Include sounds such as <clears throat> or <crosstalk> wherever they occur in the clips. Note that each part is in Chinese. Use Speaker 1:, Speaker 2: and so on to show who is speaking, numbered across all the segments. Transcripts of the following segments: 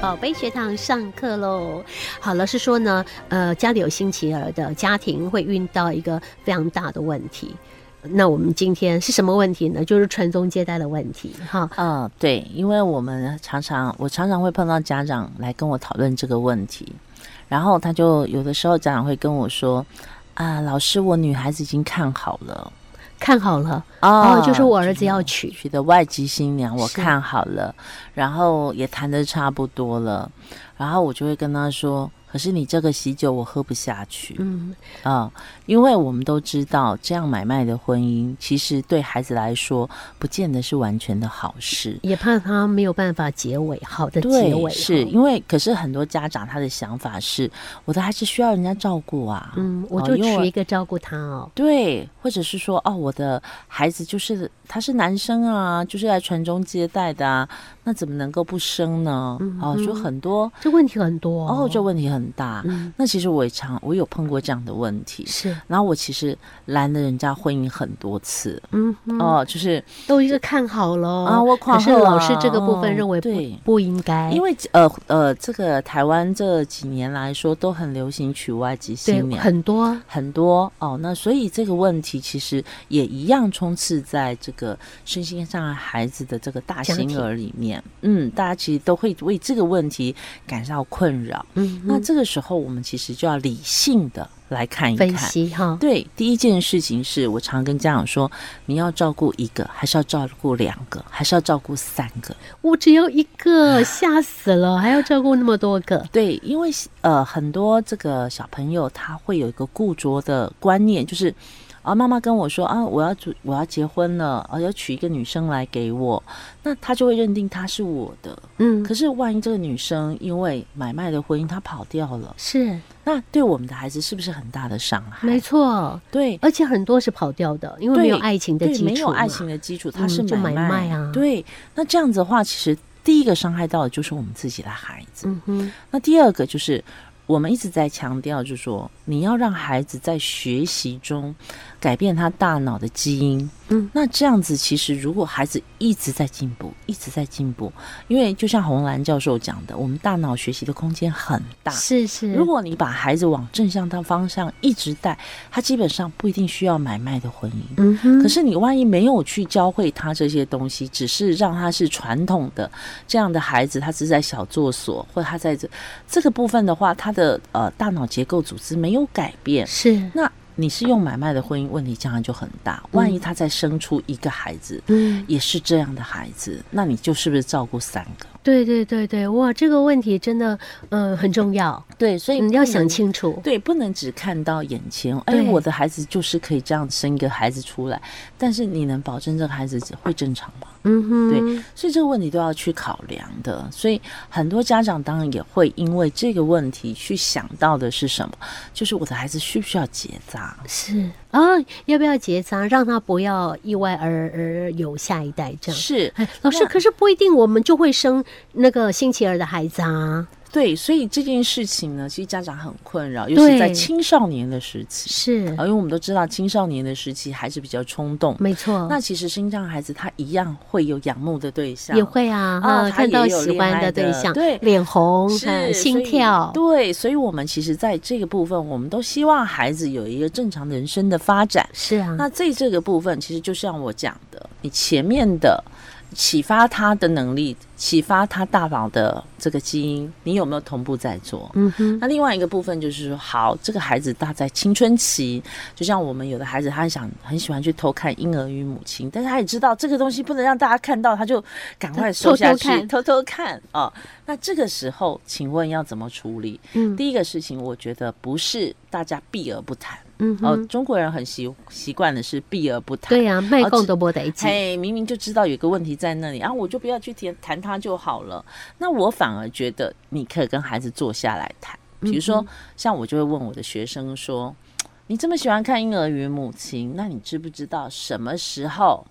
Speaker 1: 宝贝学堂上课喽！好，老师说呢，呃，家里有新奇儿的家庭会遇到一个非常大的问题。那我们今天是什么问题呢？就是传宗接代的问题，哈。
Speaker 2: 嗯、对，因为我们常常我常常会碰到家长来跟我讨论这个问题，然后他就有的时候家长会跟我说啊，老师，我女孩子已经看好了
Speaker 1: 看好了，
Speaker 2: 啊
Speaker 1: 哦，就是我儿子要娶，
Speaker 2: 娶的外籍新娘，我
Speaker 1: 是
Speaker 2: 看好了，然后也谈的差不多了，然后我就会跟他说，可是你这个喜酒我喝不下去，
Speaker 1: 嗯，
Speaker 2: 啊、因为我们都知道，这样买卖的婚姻，其实对孩子来说，不见得是完全的好事。
Speaker 1: 也怕他没有办法结尾，好的结
Speaker 2: 对，
Speaker 1: 尾
Speaker 2: 是
Speaker 1: 哈
Speaker 2: 因为，可是很多家长他的想法是，我的孩子需要人家照顾啊，
Speaker 1: 嗯，我
Speaker 2: 哦
Speaker 1: 就
Speaker 2: 因为
Speaker 1: 娶一个照顾他哦，
Speaker 2: 对，或者是说，哦，我的孩子就是他是男生啊，就是来传宗接代的啊，那怎么能够不生呢？
Speaker 1: 嗯
Speaker 2: 哦，就很多，
Speaker 1: 这问题很多
Speaker 2: 哦，这问题很大。
Speaker 1: 嗯
Speaker 2: 那其实我也常，我有碰过这样的问题，
Speaker 1: 是
Speaker 2: 然后我其实拦了人家婚姻很多次，
Speaker 1: 嗯哼
Speaker 2: 哦，就是
Speaker 1: 都一个看好了
Speaker 2: 啊我看
Speaker 1: 可是
Speaker 2: 好
Speaker 1: 老
Speaker 2: 了
Speaker 1: 师这个部分认为不
Speaker 2: 对
Speaker 1: 不应该，
Speaker 2: 因为呃呃，这个台湾这几年来说都很流行娶外籍
Speaker 1: 对
Speaker 2: 新娘，
Speaker 1: 很多
Speaker 2: 很多哦。那所以这个问题其实也一样充斥在这个身心障碍孩子的这个大
Speaker 1: 家
Speaker 2: 型
Speaker 1: 庭
Speaker 2: 儿里面。嗯，大家其实都会为这个问题感到困扰。
Speaker 1: 嗯
Speaker 2: 那
Speaker 1: 哼
Speaker 2: 这个时候，我们其实就要理性的来看一
Speaker 1: 分
Speaker 2: 看。
Speaker 1: 析哈，
Speaker 2: 对，第一件事情是我常跟家长说，你要照顾一个，还是要照顾两个，还是要照顾三个？
Speaker 1: 我只要一
Speaker 2: 啊
Speaker 1: 个，吓死了，还要照顾那么多个，
Speaker 2: 对，因为呃，很多这个小朋友他会有一个固着的观念，就是啊，妈妈跟我说啊，我要主我要结婚了，啊，要娶一个女生来给我，那他就会认定她是我的。
Speaker 1: 嗯，
Speaker 2: 可是万一这个女生因为买卖的婚姻她跑掉了，
Speaker 1: 是
Speaker 2: 那对我们的孩子是不是很大的伤害？
Speaker 1: 没错，
Speaker 2: 对，
Speaker 1: 而且很多是跑掉的，因为
Speaker 2: 对
Speaker 1: 没有爱情的
Speaker 2: 对，
Speaker 1: 基
Speaker 2: 没
Speaker 1: 础
Speaker 2: 有
Speaker 1: 嘛，
Speaker 2: 爱情的基础，它
Speaker 1: 嗯
Speaker 2: 是
Speaker 1: 就
Speaker 2: 买
Speaker 1: 买卖啊
Speaker 2: 对，那这样子的话，其实第一个伤害到的就是我们自己的孩子。
Speaker 1: 嗯哼，
Speaker 2: 那第二个就是我们一直在强调，就是说你要让孩子在学习中改变他大脑的基因。
Speaker 1: 嗯，
Speaker 2: 那这样子其实如果孩子一直在进步，一直在进步，因为就像红蓝教授讲的，我们大脑学习的空间很大。
Speaker 1: 是是，
Speaker 2: 啊如果你把孩子往正向的方向一直带，他基本上不一定需要买卖的婚姻。
Speaker 1: 嗯哼，
Speaker 2: 可是你万一没有去教会他这些东西，只是让他是传统的这样的孩子，他只是在小作所，或他在这这个部分的话，他的呃大脑结构组织没有改变，
Speaker 1: 是
Speaker 2: 那你是用买卖的婚姻，问题将来就很大。万一他再生出一个孩子，
Speaker 1: 嗯，
Speaker 2: 也是这样的孩子，那你就是不是照顾三个？
Speaker 1: 对对对对，哇，这个问题真的，嗯、很重要，
Speaker 2: 对，所以
Speaker 1: 你嗯要想
Speaker 2: 清。
Speaker 1: 清楚，
Speaker 2: 对，不能只看到眼前。哎
Speaker 1: 对，
Speaker 2: 我的孩子就是可以这样生一个孩子出来，但是你能保证这个孩子会正常吗？
Speaker 1: 嗯哼，
Speaker 2: 对，所以这个问题都要去考量的。所以很多家长当然也会因为这个问题去想到的是什么，就是我的孩子需不需要结扎？
Speaker 1: 是啊、要不要结扎，让他不要意外而而有下一代这样。
Speaker 2: 是
Speaker 1: 哎，老师，
Speaker 2: 那
Speaker 1: 可是不一定我们就会生那个星期二的孩子啊。
Speaker 2: 对，所以这件事情呢，其实家长很困扰，尤其在
Speaker 1: 对
Speaker 2: 青少年的时期。
Speaker 1: 是
Speaker 2: 啊，因为我们都知道青少年的时期还是比较冲动，
Speaker 1: 没错，
Speaker 2: 那其实心脏孩子他一样会有仰慕的对象，
Speaker 1: 也会啊，
Speaker 2: 啊
Speaker 1: 哈
Speaker 2: 他
Speaker 1: 看
Speaker 2: 也
Speaker 1: 到
Speaker 2: 有
Speaker 1: 喜
Speaker 2: 恋
Speaker 1: 欢
Speaker 2: 爱
Speaker 1: 的对
Speaker 2: 的
Speaker 1: 象，
Speaker 2: 对
Speaker 1: 脸红，嗯
Speaker 2: 是
Speaker 1: 心
Speaker 2: 所以
Speaker 1: 跳，
Speaker 2: 对，所以我们其实在这个部分，我们都希望孩子有一个正常人生的发展。
Speaker 1: 是啊，
Speaker 2: 那在这个部分，其实就像我讲的，你前面的启发他的能力，启发他大脑的这个基因，你有没有同步在做？
Speaker 1: 嗯哼，
Speaker 2: 那另外一个部分就是说，好，这个孩子他在青春期，就像我们有的孩子，他很想很喜欢去偷看《婴儿与母亲》，但是他也知道这个东西不能让大家看到，他就赶快收下去，
Speaker 1: 偷偷看
Speaker 2: 偷偷看啊、哦那这个时候，请问要怎么处理？
Speaker 1: 嗯
Speaker 2: 第一个事情，我觉得不是大家避而不谈
Speaker 1: 嗯
Speaker 2: 哦、
Speaker 1: 哼，
Speaker 2: 中国人很习习惯的是避而不谈。
Speaker 1: 对呀、啊，卖
Speaker 2: 哦
Speaker 1: 供
Speaker 2: 这
Speaker 1: 都不得急，
Speaker 2: 嘿，明明就知道有个问题在那里，然、啊、后我就不要去谈谈它就好了。那我反而觉得你可以跟孩子坐下来谈，
Speaker 1: 嗯
Speaker 2: 比如说、像我就会问我的学生说：“你这么喜欢看《婴儿与母亲》，那你知不知道什么时候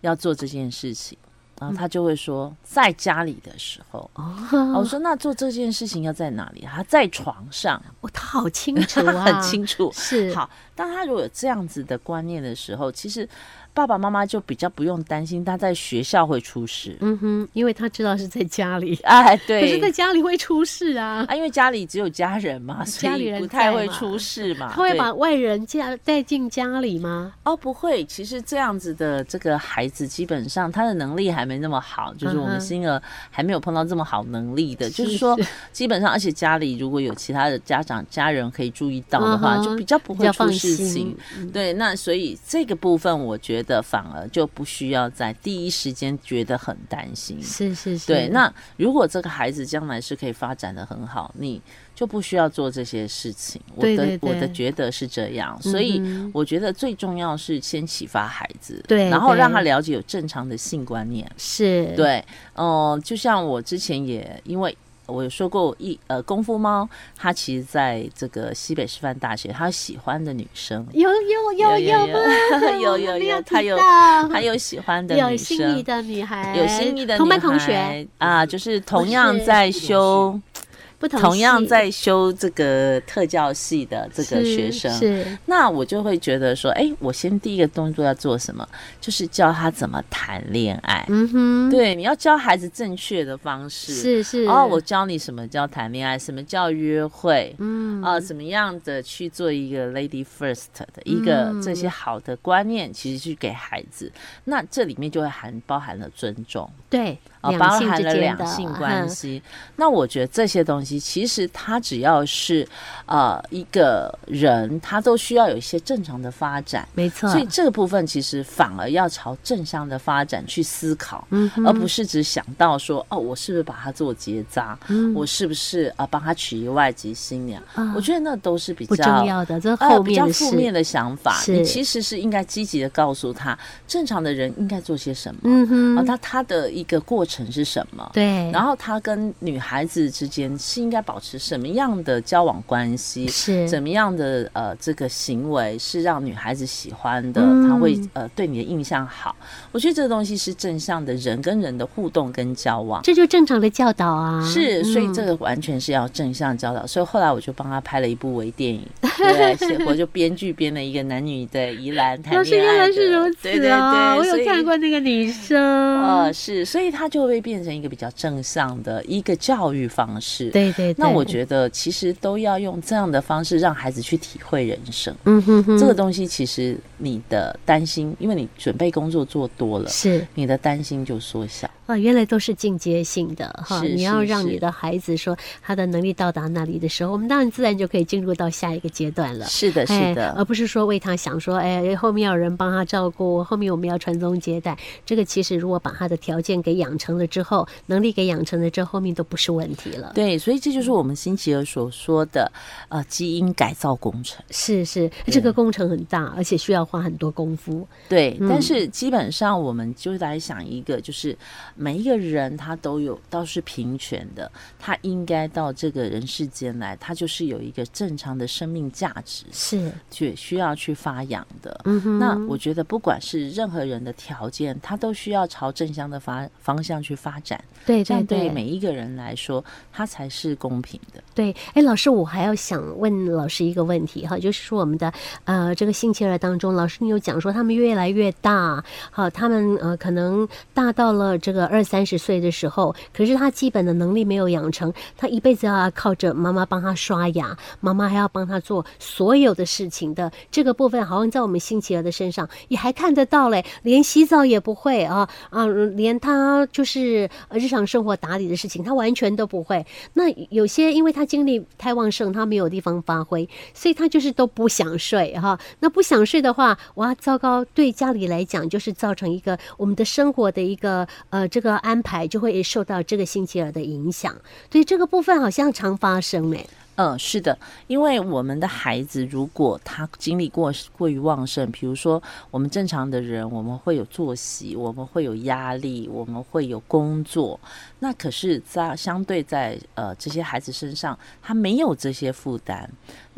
Speaker 2: 要做这件事情？”然后他就会说：“在家里的时候。
Speaker 1: 嗯
Speaker 2: 啊
Speaker 1: 哦， <laughs>
Speaker 2: 我说：“那做这件事情要在哪里？”他在床上。
Speaker 1: 哦，他好清楚啊，
Speaker 2: <laughs> 很清楚。
Speaker 1: 是
Speaker 2: 好，当他如果有这样子的观念的时候，其实爸爸妈妈就比较不用担心他在学校会出事。
Speaker 1: 嗯哼，因为他知道是在家里，
Speaker 2: 哎，
Speaker 1: 可是
Speaker 2: 对
Speaker 1: 在，家里会出事啊，
Speaker 2: 啊，因为家里只有家人嘛，所
Speaker 1: 家里
Speaker 2: 以
Speaker 1: 人
Speaker 2: 不太
Speaker 1: 在
Speaker 2: 会
Speaker 1: 嘛
Speaker 2: 出事嘛。
Speaker 1: 他会
Speaker 2: 对
Speaker 1: 把外人家带进家里吗？
Speaker 2: 哦，不会，其实这样子的这个孩子，基本上他的能力还没那么好，就是我
Speaker 1: 嗯
Speaker 2: 们
Speaker 1: 哼
Speaker 2: 星儿还没有碰到这么好能力的，就是
Speaker 1: 是
Speaker 2: 说，基本上，而且家里如果有其他的家长、家人可以注意到的话，
Speaker 1: 嗯哼
Speaker 2: 就比较不
Speaker 1: 比
Speaker 2: 会
Speaker 1: 较
Speaker 2: 出
Speaker 1: 放
Speaker 2: 事
Speaker 1: 心嗯
Speaker 2: 情。，对，那所以这个部分，我觉得反而就不需要在第一时间觉得很担心。
Speaker 1: 是是是，
Speaker 2: 对，那如果这个孩子将来是可以发展的很好，你就不需要做这些事情。我
Speaker 1: 对
Speaker 2: 的
Speaker 1: 对对
Speaker 2: 我的觉得是这样，所以
Speaker 1: 嗯哼
Speaker 2: 我觉得最重要是先启发孩子，
Speaker 1: 对
Speaker 2: 然后
Speaker 1: 对
Speaker 2: 让他了解有正常的性观念。
Speaker 1: 是，
Speaker 2: 对，嗯、就像我之前也因为。我有说过一呃，功夫猫，它其实在这个西北师范大学，它有喜欢的女生，
Speaker 1: 有有有
Speaker 2: 有
Speaker 1: 吗？
Speaker 2: <laughs> 有有有有，他有他
Speaker 1: 还
Speaker 2: 有喜欢的
Speaker 1: 有
Speaker 2: 女
Speaker 1: 心仪
Speaker 2: 生，
Speaker 1: 的女孩，
Speaker 2: 有心仪的
Speaker 1: 哎同班
Speaker 2: 女
Speaker 1: 同学，
Speaker 2: 孩啊，就是同样在修，
Speaker 1: 不同
Speaker 2: 同样
Speaker 1: 系
Speaker 2: 在修这个特教系的这个学生。哎
Speaker 1: 是
Speaker 2: 那我就会觉得说，哎，我先第一个动作要做什么，就是教他怎么谈恋爱。
Speaker 1: 嗯哼，
Speaker 2: 对，你要教孩子正确的方式。
Speaker 1: 是是
Speaker 2: 哦，我教你什么叫谈恋爱，什么叫约会，
Speaker 1: 嗯
Speaker 2: 啊、怎么样的去做一个 lady first 的一个
Speaker 1: 嗯
Speaker 2: 这些好的观念，其实去给孩子，那这里面就会含包含了尊重，
Speaker 1: 对，
Speaker 2: 啊、
Speaker 1: 两
Speaker 2: 包
Speaker 1: 性
Speaker 2: 含
Speaker 1: 之
Speaker 2: 了
Speaker 1: 间
Speaker 2: 两
Speaker 1: 的嗯
Speaker 2: 性
Speaker 1: 哈
Speaker 2: 关系。那我觉得这些东西，其实他只要是呃一个人，他都需要有一些正常的发展。
Speaker 1: 没错，
Speaker 2: 所以这个部分其实反而要朝正向的发展去思考，
Speaker 1: 嗯哼
Speaker 2: 而不是只想到说哦，我是不是把它做结扎，
Speaker 1: 嗯
Speaker 2: 我是不是啊帮他娶一个外籍新娘？
Speaker 1: 啊
Speaker 2: 我觉得那都是比较
Speaker 1: 不重要的，这是
Speaker 2: 呃
Speaker 1: 后
Speaker 2: 比
Speaker 1: 面
Speaker 2: 较
Speaker 1: 的
Speaker 2: 负
Speaker 1: 事。
Speaker 2: 面的想法。
Speaker 1: 是
Speaker 2: 你其实是应该积极的告诉他，正常的人应该做些什么，
Speaker 1: 嗯
Speaker 2: 啊，
Speaker 1: 哼，
Speaker 2: 他他的一个过程是什么？
Speaker 1: 对，
Speaker 2: 然后他跟女孩子之间是应该保持什么样的交往关系？
Speaker 1: 是
Speaker 2: 怎么样的呃这个行为是让女孩子喜欢的，
Speaker 1: 嗯
Speaker 2: 她会呃对你的印象好。我觉得这个东西是正向的人跟人的互动跟交往。
Speaker 1: 这就正常的教导啊。
Speaker 2: 是，所以
Speaker 1: 嗯
Speaker 2: 这个完全是要正向教导，所以后来我就帮他拍了一部微电影，
Speaker 1: <laughs>
Speaker 2: 对，写我就编剧编了一个男女的宜兰谈
Speaker 1: 老师
Speaker 2: 恋
Speaker 1: 原
Speaker 2: 爱
Speaker 1: 来
Speaker 2: 的，
Speaker 1: 是如
Speaker 2: 对对
Speaker 1: 此
Speaker 2: 对，
Speaker 1: 啊！我
Speaker 2: 所
Speaker 1: 有
Speaker 2: 以
Speaker 1: 看过那个女生，
Speaker 2: 呃，是，所以它就会变成一个比较正向的一个教育方式。，
Speaker 1: 对对对。
Speaker 2: 那我觉得其实都要用这样的方式让孩子去体会人生。
Speaker 1: 得，嗯哼哼，
Speaker 2: 这个东西其实你的担心，因为你准备工作做多了，
Speaker 1: 是
Speaker 2: 你的担心就缩小。
Speaker 1: 啊，原来都是进阶性的哈。
Speaker 2: 是
Speaker 1: 你要
Speaker 2: 是
Speaker 1: 让
Speaker 2: 是
Speaker 1: 你的孩子说他的能力到达那里的时候，我们当然自然就可以进入到下一个阶段了。
Speaker 2: 是的，
Speaker 1: 哎
Speaker 2: 是的，
Speaker 1: 而不是说为他想说，哎，后面要有人帮他照顾，后面我们要传宗接代。这个其实如果把他的条件给养成了之后，能力给养成了之后，后面都不是问题了。
Speaker 2: 对，所以这就是我们星期二所说的呃基因改造工程。
Speaker 1: 是是，这个工程很大，而且需要花很多功夫。
Speaker 2: 对，
Speaker 1: 嗯
Speaker 2: 但是基本上我们就来想一个，就是每一个人他都有都是平权的，他应该到这个人世间来，他就是有一个正常的生命价值，
Speaker 1: 是，
Speaker 2: 去需要去发扬的。
Speaker 1: 嗯哼，
Speaker 2: 那我觉得，不管是任何人的条件，他都需要朝正向的发方向去发展，
Speaker 1: 对
Speaker 2: 这
Speaker 1: 对
Speaker 2: 样对
Speaker 1: 哎对
Speaker 2: 每一个人来说，他才是公平的。
Speaker 1: 对，哎，老师，我还要想问老师一个问题哈，就是说我们的呃这个星期二当中，老师你有讲说他们越来越大，好，他们呃可能大到了这个二三十岁的时候，可是他基本的能力没有养成，他一辈子要靠着妈妈帮他刷牙，妈妈还要帮他做所有的事情的这个部分，好像在我们星期二的身上也还看得到嘞，连洗澡也不会啊啊，连他就是呃日常生活打理的事情，他完全都不会。那有些因为他精力太旺盛，他没有地方发挥，所以他就是都不想睡哈。那不想睡的话，哇，糟糕！对家里来讲，就是造成一个我们的生活的一个呃这个安排，就会受到这个星期二的影响。对这个部分好像常发生哎、
Speaker 2: 嗯，是的，因为我们的孩子如果他精力过过于旺盛，比如说我们正常的人，我们会有作息，我们会有压力，我们会有工作，那可是在相对在呃这些孩子身上，他没有这些负担。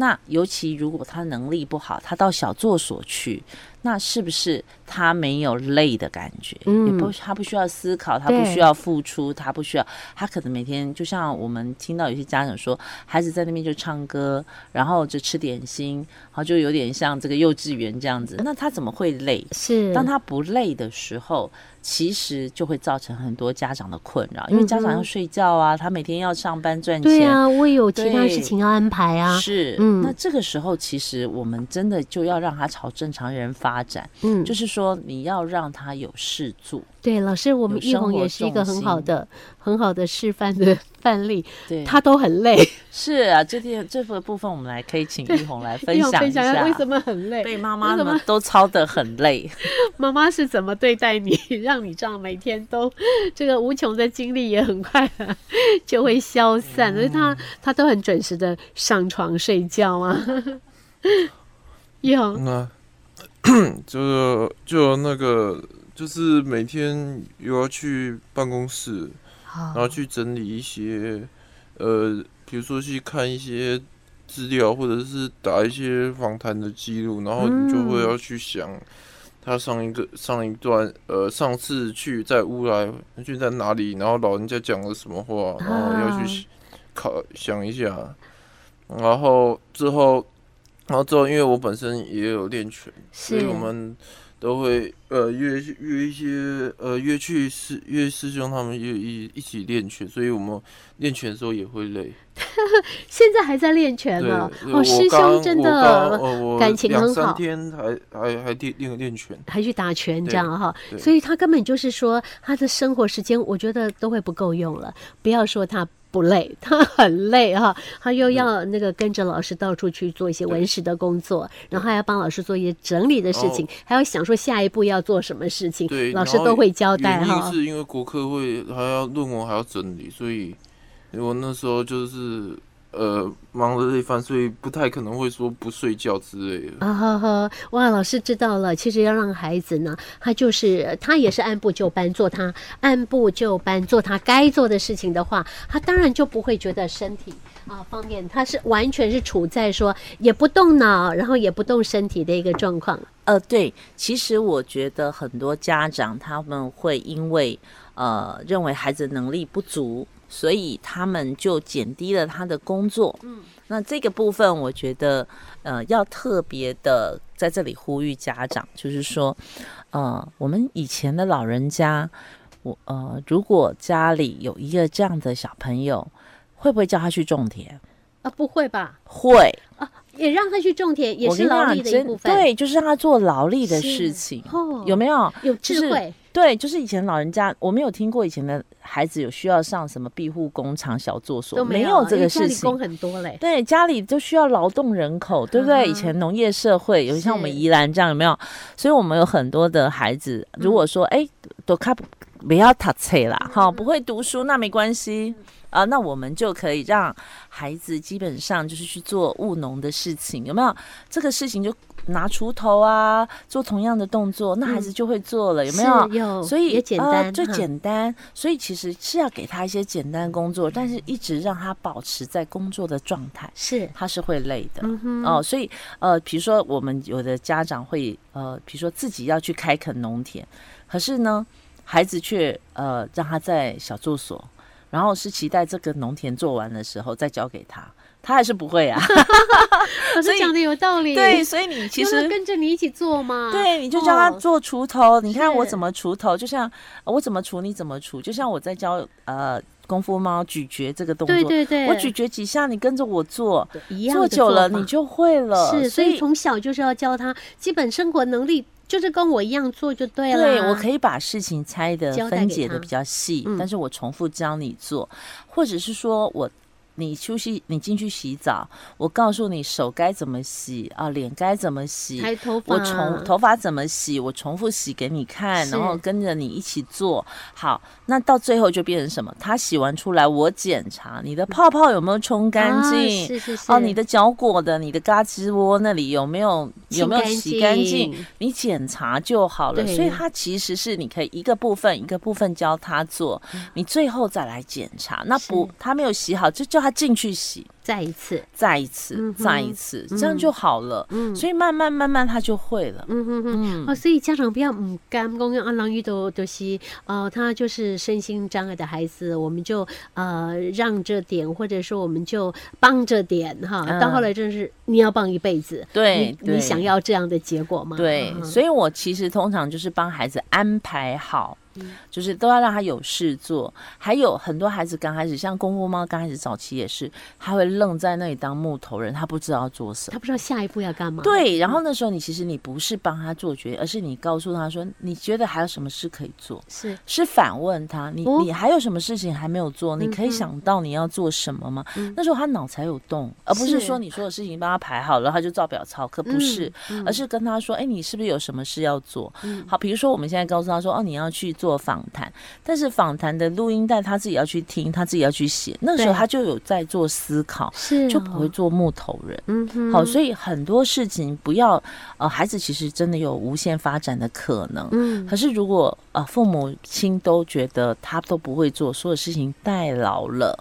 Speaker 2: 那尤其如果他能力不好，他到小作所去，那是不是他没有累的感觉？
Speaker 1: 嗯
Speaker 2: 也不他不需要思考，他
Speaker 3: 对
Speaker 2: 不需要付出，他不需要，他可能每天就像我们听到有些家长说，孩子在那边就唱歌，然后就吃点心，然后就有点像这个幼稚园这样子，那他怎么会累？
Speaker 3: 是
Speaker 2: 当他不累的时候，其实就会造成很多家长的困扰，因为家长要睡觉啊，他每天要上班赚
Speaker 1: 嗯对
Speaker 2: 钱，
Speaker 1: 啊，我也有其他
Speaker 2: 对
Speaker 1: 事情要安排啊。
Speaker 2: 是，
Speaker 1: 嗯
Speaker 2: 那这个时候其实我们真的就要让他朝正常人发展，
Speaker 1: 嗯，
Speaker 2: 就是说你要让他有事做，
Speaker 1: 对，老师，我们
Speaker 2: 有
Speaker 1: 一
Speaker 2: 生
Speaker 1: 红
Speaker 2: 活
Speaker 1: 也是一个
Speaker 2: 重
Speaker 1: 很好
Speaker 2: 心
Speaker 1: 的、很好的示范的范例，
Speaker 2: 对，
Speaker 1: 他都很累，
Speaker 2: 是啊，这点这个部分我们来可以请一红来分
Speaker 1: 一红
Speaker 2: 享
Speaker 1: 分
Speaker 2: 一
Speaker 1: 享一下
Speaker 2: 下
Speaker 1: 为什么很累，
Speaker 2: 被妈妈
Speaker 1: 为什么
Speaker 2: 们都操得很累，
Speaker 1: 妈妈是怎么对待你， <laughs> 让你这样每天都这个无穷的精力也很快就会消散，所以他他都很准时的上床睡觉啊。 <laughs> 一红，
Speaker 4: 那嗯啊 <clears throat> 就就那个就是每天又要去办公室，
Speaker 1: 啊
Speaker 4: 然后去整理一些呃，比如说去看一些资料，或者是打一些访谈的记录，然后你就会
Speaker 1: 嗯
Speaker 4: 要去想。他上一个上一段，呃，上次去在乌来去在哪里，然后老人家讲了什么话，然后要
Speaker 1: 啊
Speaker 4: 去想考想一下，然后之后，然后之后，因为我本身也有练拳，所以
Speaker 3: 是
Speaker 4: 我们都会呃约约一些呃约去师约师兄他们也一一起练拳，所以我们练拳的时候也会累。
Speaker 1: 现在还在练拳
Speaker 4: 对，
Speaker 1: 呢，
Speaker 4: 对
Speaker 1: 哦，
Speaker 4: 我
Speaker 1: 师兄
Speaker 4: 刚
Speaker 1: 真
Speaker 4: 我刚
Speaker 1: 的
Speaker 4: 呃我
Speaker 1: 感情
Speaker 4: 两
Speaker 1: 很好
Speaker 4: 三天还还还练练练拳，
Speaker 1: 还去打拳这
Speaker 4: 对
Speaker 1: 样啊哈，
Speaker 4: 对
Speaker 1: 所以他根本就是说他的生活时间，我觉得都会不够用了。不要说他不累， <laughs> 他很累哈，他又要那个跟着老师到处去做一些文史的工作，然后还要帮老师做一些整理的事情，还要想说下一步要做什么事情
Speaker 4: 哦对，，
Speaker 1: 老师
Speaker 4: 然后
Speaker 1: 都会交代
Speaker 4: 原因
Speaker 1: 哈。
Speaker 4: 是因为国科会还要论文还要整理，所以我那时候就是呃忙了一番，所以不太可能会说不睡觉之类的。
Speaker 1: 啊呵呵，哇！老师知道了，其实要让孩子呢，他就是他也是按部就班做他按部就班做他该做的事情的话，他当然就不会觉得身体啊方面，他是完全是处在说也不动脑，然后也不动身体的一个状况。
Speaker 2: 呃，对，其实我觉得很多家长他们会因为呃认为孩子能力不足，所以他们就减低了他的工作。嗯，那这个部分我觉得呃要特别的在这里呼吁家长，就是说，呃，我们以前的老人家，我呃如果家里有一个这样的小朋友，会不会叫他去种田？
Speaker 1: 啊，不会吧？
Speaker 2: 会，
Speaker 1: 也让他去种田，也
Speaker 2: 我
Speaker 1: 是
Speaker 2: 跟你
Speaker 1: 劳力
Speaker 2: 讲，
Speaker 1: 的一
Speaker 2: 真
Speaker 1: 部分。，
Speaker 2: 对，就是让他做劳力的
Speaker 1: 是
Speaker 2: 事情，
Speaker 1: 哦
Speaker 2: 有没有？
Speaker 1: 有智
Speaker 2: 就是
Speaker 1: 慧，
Speaker 2: 对，就是以前老人家，我没有听过以前的孩子有需要上什么庇护工厂、小作所，
Speaker 1: 都
Speaker 2: 没
Speaker 1: 有啊
Speaker 2: 这
Speaker 1: 因
Speaker 2: 个
Speaker 1: 为家
Speaker 2: 事
Speaker 1: 里工
Speaker 2: 情。
Speaker 1: 很多嘞。
Speaker 2: 对，家里就需要劳动人口，对不对？以前农业社会，有像我们
Speaker 1: 嗯是
Speaker 2: 宜兰这样，有没有？所以我们有很多的孩子，
Speaker 1: 嗯
Speaker 2: 如果说哎，都看不要读册啦，哈，不会读书那没关系
Speaker 1: 嗯
Speaker 2: 啊，那我们就可以让孩子基本上就是去做务农的事情，有没有？这个事情就拿锄头啊，做同样的动作，那
Speaker 1: 嗯
Speaker 2: 孩子就会做了，有没有？
Speaker 1: 是有，
Speaker 2: 所以
Speaker 1: 嗯也简
Speaker 2: 呃
Speaker 1: 单，
Speaker 2: 最
Speaker 1: 哈
Speaker 2: 简单。所以其实是要给他一些简单工作，但是一直让他保持在工作的状态，
Speaker 1: 是，
Speaker 2: 他是会累的。
Speaker 1: 嗯哼，
Speaker 2: 哦，所以呃，比如说我们有的家长会呃，比如说自己要去开垦农田，可是呢，孩子却呃让他在小住所，然后是期待这个农田做完的时候再交给他，他还是不会啊。
Speaker 1: 老
Speaker 2: 所
Speaker 1: 师
Speaker 2: 以
Speaker 1: 讲的有道理。
Speaker 2: <laughs> 对，，所以你其
Speaker 1: 让他
Speaker 2: 实
Speaker 1: 跟着你一起做嘛。
Speaker 2: 对，你就教他
Speaker 1: 哦
Speaker 2: 做锄头。你看我
Speaker 1: 是
Speaker 2: 怎么锄头，就像呃我怎么锄，你怎么锄。就像我在教呃功夫猫咀嚼这个动作，
Speaker 1: 对对对，
Speaker 2: 我咀嚼几下，你跟着我做，
Speaker 1: 一样
Speaker 2: 做
Speaker 1: 的
Speaker 2: 久了
Speaker 1: 法
Speaker 2: 你就会了。
Speaker 1: 是，所
Speaker 2: 所
Speaker 1: 以从小就是要教他基本生活能力，就是跟我一样做就对了。
Speaker 2: 对，我可以把事情拆的
Speaker 1: 交代
Speaker 2: 分
Speaker 1: 给
Speaker 2: 解的
Speaker 1: 他
Speaker 2: 比较细，
Speaker 1: 嗯
Speaker 2: 但是我重复教你做，或者是说我你出去你进去洗澡，我告诉你手该怎么洗啊，脸该怎么洗，
Speaker 1: 抬头发，啊
Speaker 2: 我重头发怎么洗，我重复洗给你看，
Speaker 1: 嗯是
Speaker 2: 然后跟着你一起做。好，那到最后就变成什么？他洗完出来，我检查你的泡泡有没有冲干
Speaker 1: 啊、
Speaker 2: 净。
Speaker 1: 是是是，
Speaker 2: 哦，你的脚果的，你的嘎吱窝那里有没有有没有洗干净？？你检查就好了。
Speaker 1: 对
Speaker 2: 所以它其实是你可以一个部分一个部分教
Speaker 1: 嗯
Speaker 2: 他做，你最后再来检查。那不，他没有洗好，就叫他进去洗。
Speaker 1: 再一次，
Speaker 2: 再一次，
Speaker 1: 嗯哼
Speaker 2: 再一次，这样就好了。
Speaker 1: 嗯
Speaker 2: 所以慢慢慢慢他就会了。
Speaker 1: 嗯哼哼，
Speaker 2: 嗯
Speaker 1: 哦，所以家长不要唔甘公用阿郎鱼都都是，呃，他就是身心障碍的孩子，我们就呃让着点，或者说我们就帮着点哈。
Speaker 2: 嗯
Speaker 1: 到后来真是你要帮一辈子，
Speaker 2: 对
Speaker 1: 你你
Speaker 2: 对
Speaker 1: 想要这样的结果吗？
Speaker 2: 对，
Speaker 1: 嗯
Speaker 2: 所以我其实通常就是帮孩子安排好，嗯就是都要让他有事做。还有很多孩子刚开始，像功夫猫刚开始早期也是，他会愣在那里当木头人，他不知道要做什么。
Speaker 1: 他不知道下一步要干嘛。，
Speaker 2: 对，然后那时候你其实你不是帮他做决定，而是你告诉他说，你觉得还有什么事可以做，
Speaker 1: 是
Speaker 2: 是反问他，你
Speaker 1: 哦
Speaker 2: 你还有什么事情还没有做？你可
Speaker 1: 嗯
Speaker 2: 以
Speaker 1: 哼
Speaker 2: 想到你要做什么吗？
Speaker 1: 嗯
Speaker 2: 那时候他脑才有动，而不是
Speaker 1: 是
Speaker 2: 说你说的事情帮他排好了，他就照表操课，不是，
Speaker 1: 嗯
Speaker 2: 而是跟他说，哎，你是不是有什么事要做？
Speaker 1: 嗯
Speaker 2: 好，比如说我们现在告诉他说，哦，你要去做访谈，但是访谈的录音带他自己要去听，他自己要去写，那时候
Speaker 1: 对
Speaker 2: 他就有在做思考，
Speaker 1: 是
Speaker 2: 就不会
Speaker 1: 哦
Speaker 2: 做木头人。
Speaker 1: 嗯哼，
Speaker 2: 啊好，所以很多事情不要，呃，孩子其实真的有无限发展的可能。
Speaker 1: 嗯
Speaker 2: 可是如果呃父母亲都觉得他都不会做，所有事情代劳了，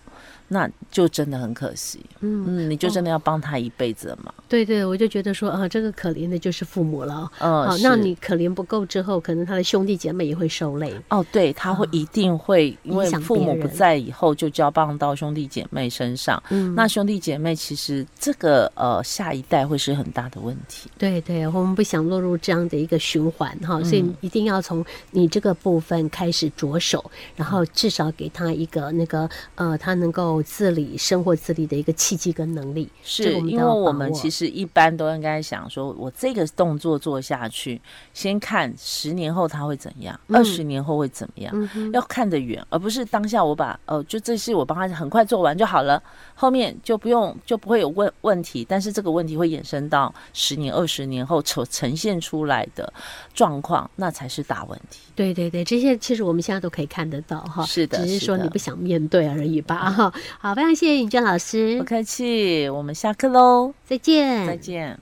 Speaker 2: 那就真的很可惜。
Speaker 1: 嗯，
Speaker 2: 嗯，你就真的要帮他一辈子了嘛。
Speaker 1: 对对，我就觉得说啊，这个可怜的就是父母了哦。
Speaker 2: 嗯，
Speaker 1: 好，那
Speaker 2: 是
Speaker 1: 你可怜不够之后，可能他的兄弟姐妹也会受累。
Speaker 2: 哦，对，他会一定会因为
Speaker 1: 啊影响
Speaker 2: 父母
Speaker 1: 别
Speaker 2: 不
Speaker 1: 人
Speaker 2: 在以后就交棒到兄弟姐妹身上。
Speaker 1: 嗯，
Speaker 2: 那兄弟姐妹其实这个呃下一代会是很大的问题。
Speaker 1: 对对，我们不想落入这样的一个循环
Speaker 2: 嗯
Speaker 1: 哈，所以一定要从你这个部分开始着手，然后至少给他一个那个呃，他能够自理、生活自理的一个契机跟能力。这
Speaker 2: 是
Speaker 1: 个我们
Speaker 2: 因
Speaker 1: 都
Speaker 2: 为
Speaker 1: 要
Speaker 2: 我
Speaker 1: 把
Speaker 2: 们
Speaker 1: 握
Speaker 2: 其实一般都应该想说，我这个动作做下去，先看十年后他会怎样，
Speaker 1: 嗯
Speaker 2: 二十、年后会怎么样，
Speaker 1: 嗯哼，
Speaker 2: 要看得远，而不是当下我把呃就这事我帮他很快做完就好了，后面就不用就不会有问问题，但是这个问题会衍生到十年、二十年后呈呈现出来的状况，那才是大问题。
Speaker 1: 对对对，这些其实我们现在都可以看得到哈，
Speaker 2: 是的
Speaker 1: 只是
Speaker 2: 是
Speaker 1: 说你
Speaker 2: 的
Speaker 1: 不想面对而已吧 <laughs> 哈。好，非常谢谢尹娟老师
Speaker 2: 不客气，我们下课喽，
Speaker 1: 再见，
Speaker 2: 再见。